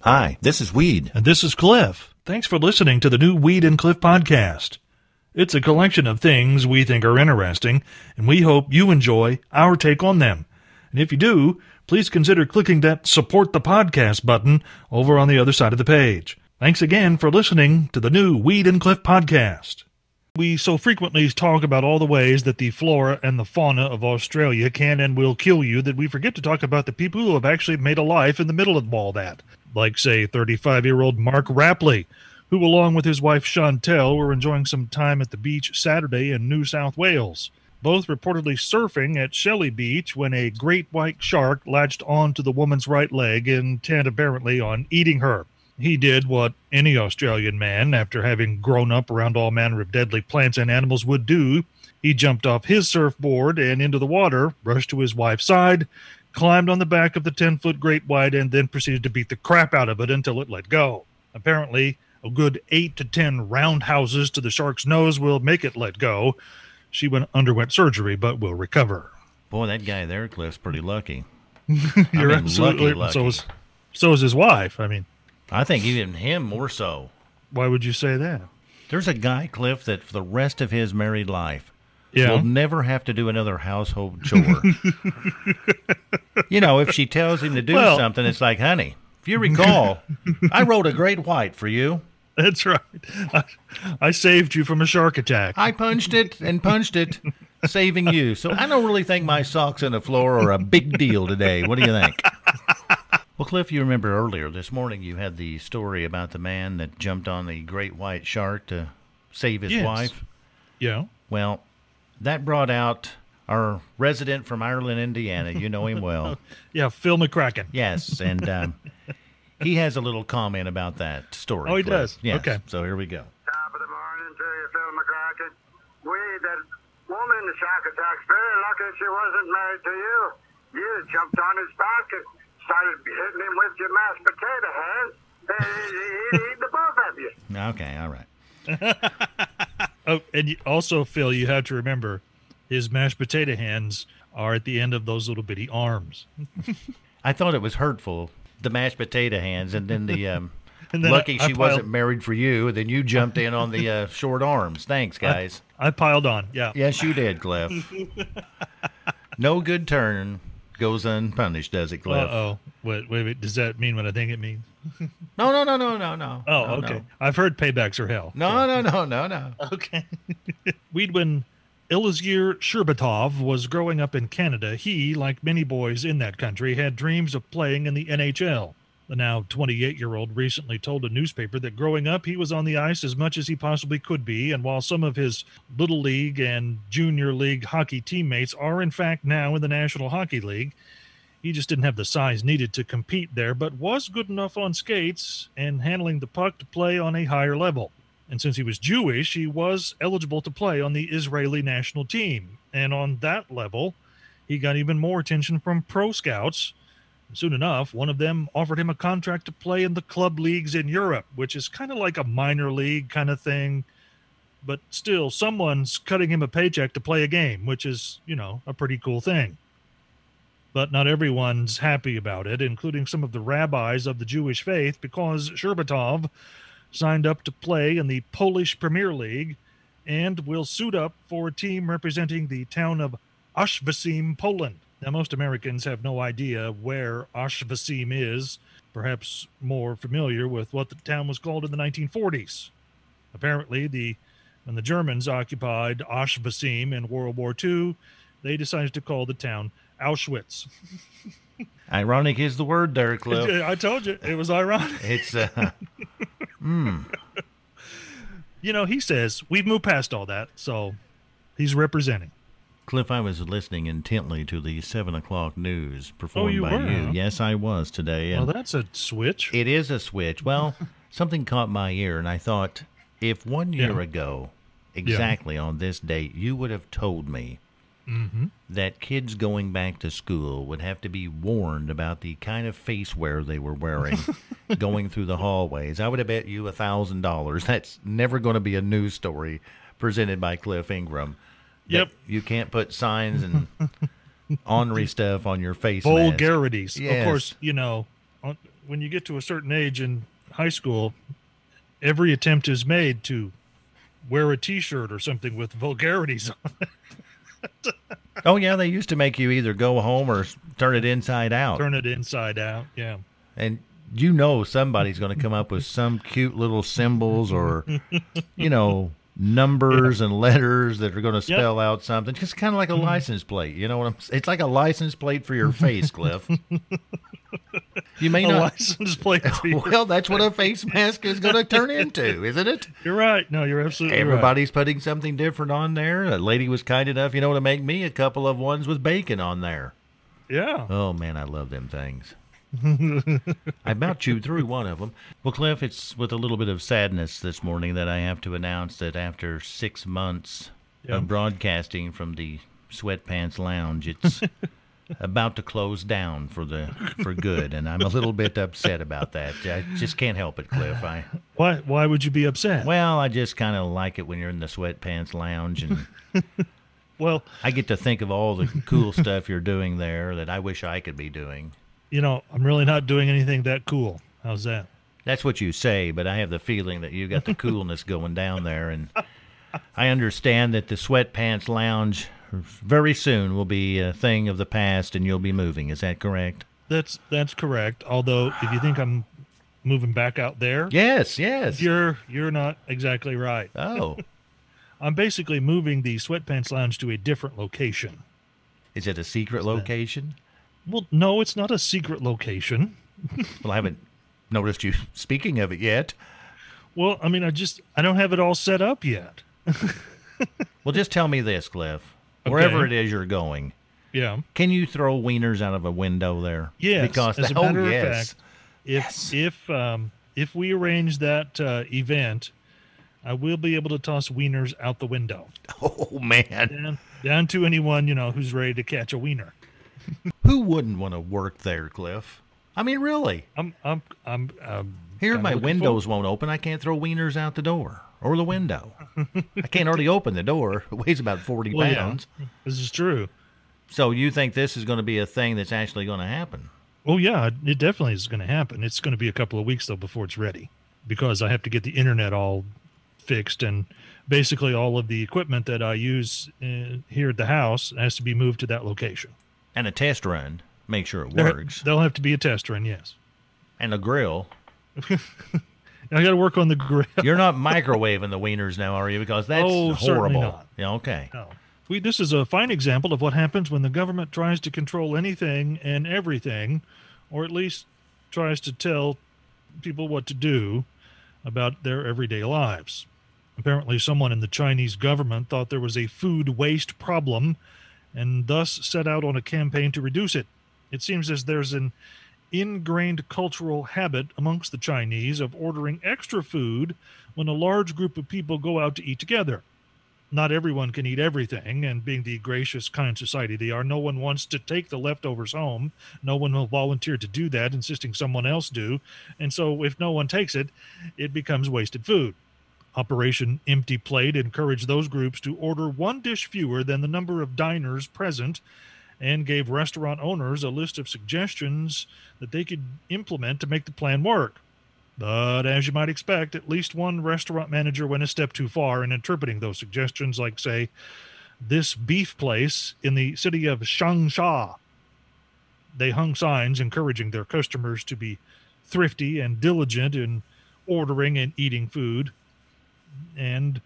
Hi, this is Weed. And this is Cliff. Thanks for listening to the new Weed and Cliff podcast. It's a collection of things we think are interesting, and we hope you enjoy our take on them. And if you do, please consider clicking that support the podcast button over on the other side of the page. Thanks again for listening to the new Weed and Cliff podcast. We so frequently talk about all the ways that the flora and the fauna of Australia can and will kill you that we forget to talk about the people who have actually made a life in the middle of all that. Like, say, 35 year old Mark Rapley, who, along with his wife Chantel, were enjoying some time at the beach Saturday in New South Wales. Both reportedly surfing at Shelley Beach when a great white shark latched onto the woman's right leg, intent apparently on eating her. He did what any Australian man, after having grown up around all manner of deadly plants and animals, would do. He jumped off his surfboard and into the water, rushed to his wife's side, climbed on the back of the 10 foot great white, and then proceeded to beat the crap out of it until it let go. Apparently, a good eight to 10 roundhouses to the shark's nose will make it let go. She went, underwent surgery, but will recover. Boy, that guy there, Cliff's pretty lucky. You're mean, lucky, absolutely lucky. So, is, so is his wife. I mean, I think even him more so. why would you say that? There's a guy, Cliff, that for the rest of his married life will never have to do another household chore. you know, if she tells him to do Well- something, it's like, honey, if you recall, I wrote a great white for you. That's right. I, I saved you from a shark attack. I punched it and punched it, saving you. So I don't really think my socks on the floor are a big deal today. What do you think? Well, Cliff, you remember earlier this morning you had the story about the man that jumped on the great white shark to save his Yes. wife. yeah. Well, that brought out our resident from Ireland, Indiana. You know him well. Yeah, Phil McCracken. Yes, and um, he has a little comment about that story. Oh, he Cliff. does? Yes. Okay. So here we go. Top of the morning to you, Phil McCracken. We, that woman, the shock attack's very lucky she wasn't married to you. You jumped on his back and started hitting him with your mashed potato hands. and He'd eat the both of you. Okay, all right. Oh, and you, also, Phil, you have to remember his mashed potato hands are at the end of those little bitty arms. I thought it was hurtful. The mashed potato hands, and then the um, And then lucky I- I she piled- wasn't married for you. And then you jumped in on the uh, short arms. Thanks, guys. I piled on. Yeah. yes, you did, Cliff. no good turn goes unpunished, does it, Uh Cliff? oh. Wait, wait, wait. Does that mean what I think it means? No, no, no, no, no, no. Oh, No, okay. I've heard paybacks are hell. No, no, no, no, no, no. Okay. Weedwin Ilizir Sherbatov was growing up in Canada. He, like many boys in that country, had dreams of playing in the NHL. The now 28 year old recently told a newspaper that growing up he was on the ice as much as he possibly could be, and while some of his Little League and Junior League hockey teammates are in fact now in the National Hockey League, he just didn't have the size needed to compete there, but was good enough on skates and handling the puck to play on a higher level. And since he was Jewish, he was eligible to play on the Israeli national team. And on that level, he got even more attention from pro scouts. Soon enough, one of them offered him a contract to play in the club leagues in Europe, which is kind of like a minor league kind of thing. But still, someone's cutting him a paycheck to play a game, which is, you know, a pretty cool thing but not everyone's happy about it, including some of the rabbis of the Jewish faith, because Sherbatov signed up to play in the Polish Premier League and will suit up for a team representing the town of Oświecim, Poland. Now, most Americans have no idea where Oświecim is, perhaps more familiar with what the town was called in the 1940s. Apparently, the when the Germans occupied Oświecim in World War II, they decided to call the town Auschwitz. Ironic is the word there, Cliff. I told you it was ironic. It's uh, You know, he says we've moved past all that, so he's representing. Cliff, I was listening intently to the seven o'clock news performed Oh, you by were, you. huh? Yes, I was today. Well, and Oh, that's a switch. It is a switch. Well, something caught my ear, and I thought if one year Yeah. ago, exactly on this date, you would have told me Mm-hmm. that kids going back to school would have to be warned about the kind of face wear they were wearing going through the hallways, I would have bet you a thousand dollars that's never going to be a news story presented by Cliff Ingram. that Yep. you can't put signs and ornery stuff on your face. mask. Vulgarities, Yes. of course. You know, on- when you get to a certain age in high school, every attempt is made to wear a T-shirt or something with vulgarities on it. Oh yeah, they used to make you either go home or s- turn it inside out. Turn it inside out. Yeah. and you know somebody's going to come up with some cute little symbols or you know numbers and letters that are going to spell out something just kind of like a Mm-hmm. license plate you know what i'm s- it's like a license plate for your face cliff you may A not license plate. for you. well that's what a face mask is going to turn into isn't it You're right. No, you're absolutely right. everybody's putting something different on there a lady was kind enough you know to make me a couple of ones with bacon on there Yeah. Oh man, I love them things. I about chewed through one of them. Well, Cliff, it's with a little bit of sadness this morning that I have to announce that after six months Yeah. of broadcasting from the Sweatpants Lounge, it's about to close down for the for good, and I'm a little bit upset about that. I just can't help it, Cliff. I Why? Why would you be upset? well, I just kind of like it when you're in the Sweatpants Lounge and. Well, I get to think of all the cool stuff you're doing there that I wish I could be doing. you know, I'm really not doing anything that cool. How's that? That's what you say, but I have the feeling that you got the coolness going down there, and I understand that the sweatpants lounge very soon will be a thing of the past, and you'll be moving. Is that correct? That's that's correct. Although, if you think I'm moving back out there, Yes, yes. you're you're not exactly right. oh, I'm basically moving the sweatpants lounge to a different location. is it a secret location? Well, no, it's not a secret location. Well, I haven't noticed you speaking of it yet. Well, I mean, I just I don't have it all set up yet. Well, just tell me this, Cliff. Wherever it Okay. is you're going, Yeah. can you throw wieners out of a window there? Yes. Because as a oh, matter of yes. fact, if if um, if we arrange that uh, event, I will be able to toss wieners out the window Oh man, down, down to anyone you know who's ready to catch a wiener. who wouldn't want to work there, Cliff? I mean, really. I'm I'm I'm. Um, Here, kinda my looking windows won't open. I can't throw wieners out the door or the window. I can't already open the door. It weighs about 40 forward- Well, yeah, pounds. this is true. So you think this is going to be a thing that's actually going to happen? Oh yeah, it definitely is going to happen. It's going to be a couple of weeks though before it's ready, because I have to get the internet all fixed and basically all of the equipment that I use uh, here at the house has to be moved to that location. And a test run, make sure it There- works. There'll have to be a test run, yes. And a grill. I got to work on the grill. You're not microwaving the wieners now, are you? Because that's Oh, certainly horrible. not. Yeah, okay. No. We, this is a fine example of what happens when the government tries to control anything and everything, or at least tries to tell people what to do about their everyday lives. Apparently, someone in the Chinese government thought there was a food waste problem and thus set out on a campaign to reduce it. It seems as there's an ingrained cultural habit amongst the Chinese of ordering extra food when a large group of people go out to eat together not everyone can eat everything, and being the gracious, kind society they are, no one wants to take the leftovers home. No one will volunteer to do that, insisting someone else do. And so, if no one takes it, it becomes wasted food. Operation Empty Plate encouraged those groups to order one dish fewer than the number of diners present and gave restaurant owners a list of suggestions that they could implement to make the plan work. But as you might expect, at least one restaurant manager went a step too far in interpreting those suggestions, like, say, this beef place in the city of Changsha. They hung signs encouraging their customers to be thrifty and diligent in ordering and eating food. And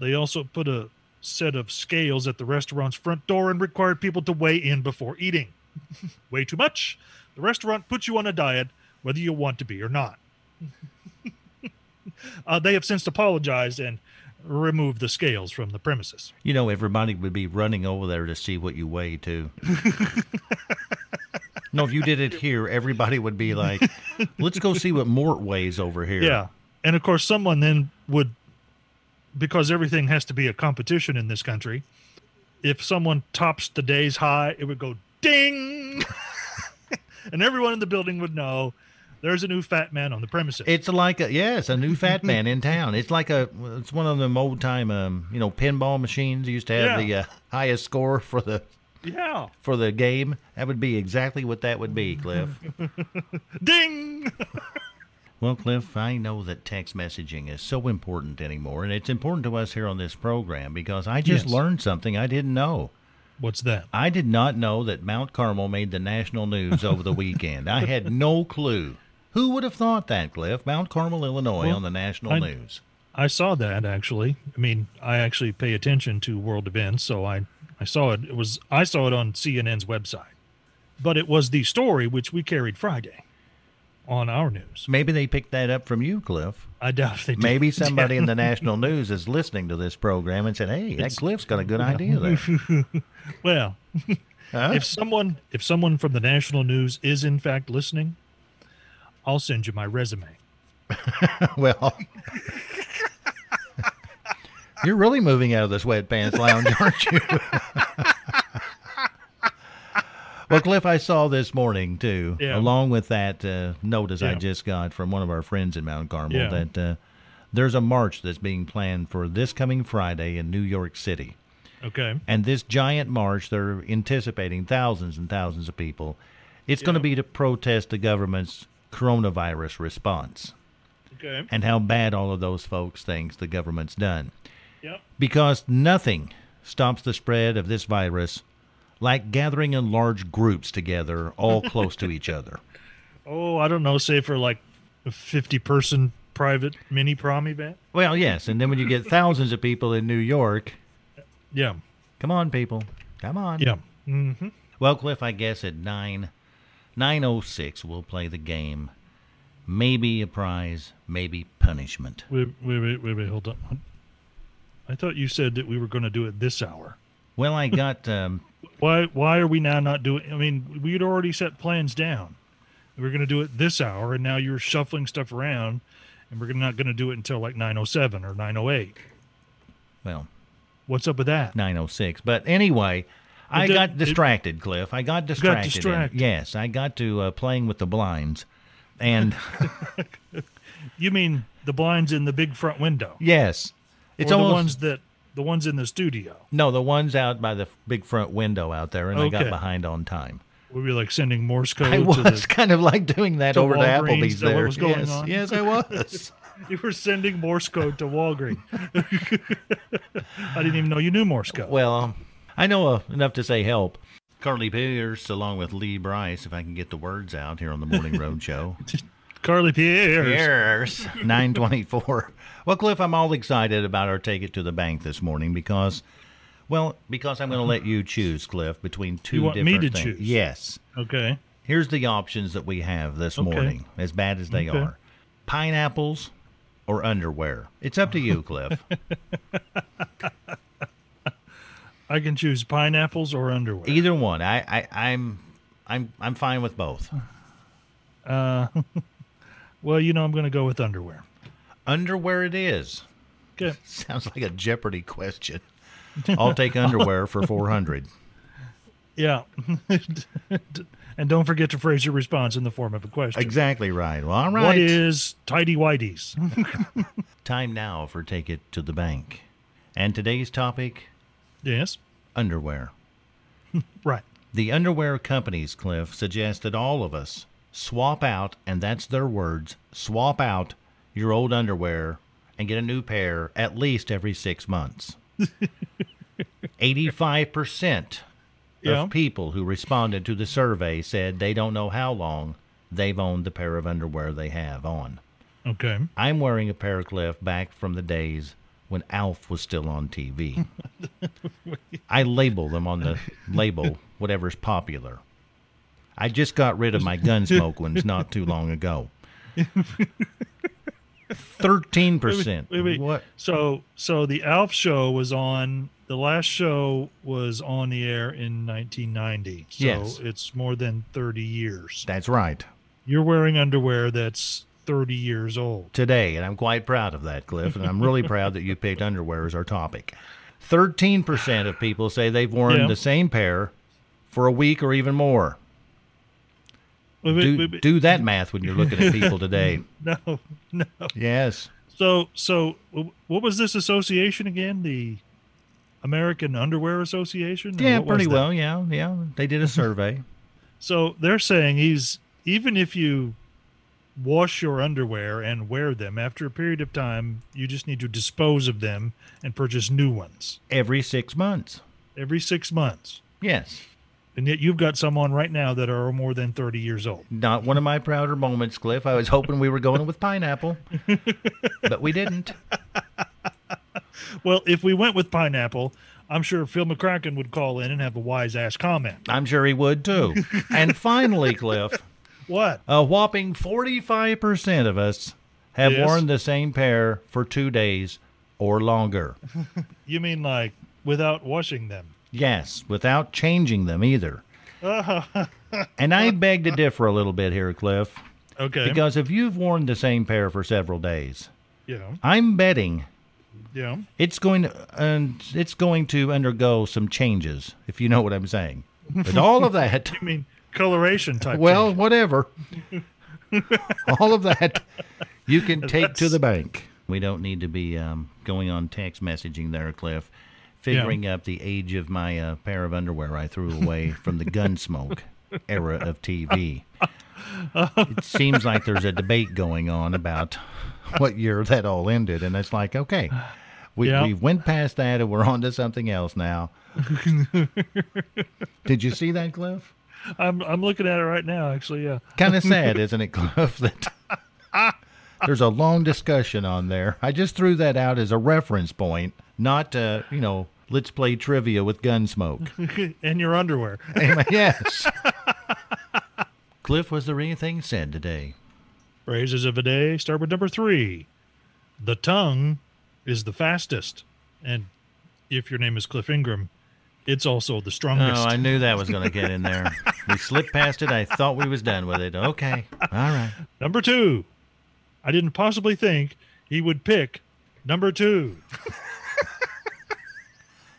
they also put a set of scales at the restaurant's front door and required people to weigh in before eating. Way too much. The restaurant puts you on a diet, whether you want to be or not. Uh, they have since apologized and removed the scales from the premises. You know, everybody would be running over there to see what you weigh, too. no, if you did it here, everybody would be like, let's go see what Mort weighs over here. Yeah. And of course, someone then would, because everything has to be a competition in this country, if someone tops the day's high, it would go ding. and everyone in the building would know there's a new fat man on the premises. It's like a yes, a new fat man in town. It's like a it's one of them old time um you know pinball machines. You used to have Yeah. the uh, highest score for the Yeah. for the game, that would be exactly what that would be, Cliff. Ding. Well, Cliff, I know that text messaging is so important anymore, and it's important to us here on this program because I just Yes. learned something I didn't know. What's that? I did not know that Mount Carmel made the national news over the weekend. I had no clue. Who would have thought that, Cliff? Mount Carmel, Illinois, Well, on the national I- news. I saw that actually. I mean, I actually pay attention to world events, so I I saw it. It was I saw it on CNN's website, but it was the story which we carried Friday on our news. Maybe they picked that up from you, Cliff. I doubt they did. Maybe somebody in the national news is listening to this program and said, "Hey, that Cliff's got a good idea there." well, Huh? if someone if someone from the national news is in fact listening, I'll send you my resume. Well, you're really moving out of the sweatpants lounge, aren't you? well, Cliff, I saw this morning too, Yeah. along with that uh, notice I Yeah. just got from one of our friends in Mount Carmel Yeah. that uh, there's a march that's being planned for this coming Friday in New York City. Okay. And this giant march, they're anticipating thousands and thousands of people. It's going to be to protest the government's coronavirus response Okay. and how bad all of those folks thinks the government's done Yep. because nothing stops the spread of this virus like gathering in large groups together all close to each other Oh, I don't know. Say for like a fifty person private mini prom event. well yes and then when you get thousands of people in new york Yeah. come on people come on Yeah. well cliff i guess at 9 906 we'll play the game maybe a prize maybe punishment Wait, wait, wait, wait, wait, hold up. I thought you said that we were going to do it this hour. well i got um, Why? Why are we now not doing? I mean, we'd already set plans down. We were going to do it this hour, and now you're shuffling stuff around, and we're not going to do it until like nine oh seven or nine oh eight. well What's up with that? 906. But anyway, I did- got it- distracted, Cliff. I got distracted. and- distracted. yes, I got to uh, playing with the blinds. And You mean the blinds in the big front window, yes, it's or almost the ones that the ones in the studio? no, the ones out by the f- big front window out there, and I got Okay. behind on time. We were like sending Morse code. I To was the, kind of like doing that to over to Walgreens, Applebee's is that what there. was going yes, on? yes, I was. you were sending Morse code to Walgreens. I didn't even know you knew Morse code. well, I know uh, enough to say help. Carly Pierce, along with Lee Bryce, if I can get the words out here on the Morning Road Show. Carly Pierce. Years. 924. Well, Cliff, I'm all excited about our Take It to the Bank this morning because, well, because I'm going to let you choose, Cliff, between two want me different to things. choose? Yes. Okay. Here's the options that we have this morning, as bad as they Okay. are pineapples or underwear. It's up to you, Cliff. I can choose pineapples or underwear. Either one. I, I, I'm. I'm I'm fine with both. Well, you know, I'm going to go with underwear. Underwear it is. Okay. Sounds like a Jeopardy question. I'll take underwear for 400. Yeah. and don't forget to phrase your response in the form of a question. Exactly right. Well, all right. What is tidy whities? Time now for Take It to the Bank. And today's topic yes. underwear. Right. The underwear companies, Cliff, suggest that all of us swap out, and that's their words swap out your old underwear and get a new pair at least every six months. 85% Yeah. of people who responded to the survey said they don't know how long they've owned the pair of underwear they have on. Okay. I'm wearing a pair of Cliff back from the days when Alf was still on TV. I label them on the label, whatever's popular. I just got rid of my Gunsmoke ones not too long ago. 13%. Wait, wait. What? So, so the Alf show was on. The last show was on the air in 1990. So Yes. it's more than 30 years. That's right. You're wearing underwear that's 30 years old. Today, and I'm quite proud of that, Cliff, and I'm really proud that you picked underwear as our topic. 13% of people say they've worn Yeah. the same pair for a week or even more. Wait, wait, do, wait, wait. do that math when you're looking at people today. No, no. Yes. So, so wh- what was this association again? The American Underwear Association? Or Yeah, what was pretty that? well. Yeah, yeah. They did a survey. So they're saying he's even if you wash your underwear and wear them after a period of time, you just need to dispose of them and purchase new ones Every six months. every six months. Yes. And yet you've got someone right now that are more than 30 years old. Not one of my prouder moments, Cliff. I was hoping we were going with pineapple, but we didn't. Well, if we went with pineapple, I'm sure Phil McCracken would call in and have a wise ass comment. I'm sure he would too. And finally, Cliff, What? a whopping 45% of us have Yes. worn the same pair for two days or longer. You mean like without washing them? Yes, without changing them either. and I beg to differ a little bit here, Cliff, Okay. because if you've worn the same pair for several days, yeah. I'm betting Yeah. it's going to and it's going to undergo some changes, if you know what I'm saying. But all of that, I mean, coloration type. well, thing. whatever. all of that, you can take to the bank. We don't need to be um, going on text messaging there, Cliff. Figuring up the age of my uh, pair of underwear I threw away from the gunsmoke era of TV. It seems like there's a debate going on about what year that all ended, and it's like, okay, we Yeah. we went past that and we're on to something else now. Did you see that, Cliff? I'm, I'm looking at it right now, actually. Yeah. kind of sad, isn't it, Cliff? That there's a long discussion on there. I just threw that out as a reference point, not uh, you know, let's play trivia with Gunsmoke. and your underwear. Anyway, yes. Cliff, was there anything said today? Phrases of the day start with number three. The tongue is the fastest. And if your name is Cliff Ingram, it's also the strongest. Oh, I knew that was going to get in there. We slipped past it. I thought we was done with it. Okay, all right. Number two. I didn't possibly think he would pick number two.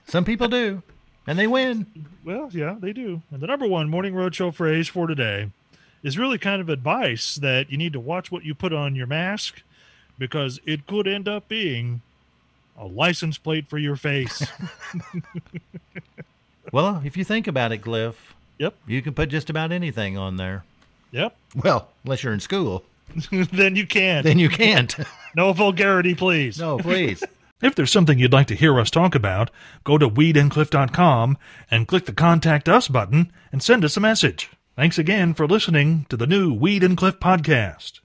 Some people do, and they win. Well, yeah, they do. And the number one morning roadshow phrase for today is really kind of advice that you need to watch what you put on your mask because it could end up being a license plate for your face. Well, if you think about it, Cliff, yep. you can put just about anything on there. Yep. Well, unless you're in school, then you can. then you can't. No vulgarity, please. No, please. If there's something you'd like to hear us talk about, go to weedandcliff.com and click the Contact Us button and send us a message. Thanks again for listening to the new Weed and Cliff podcast.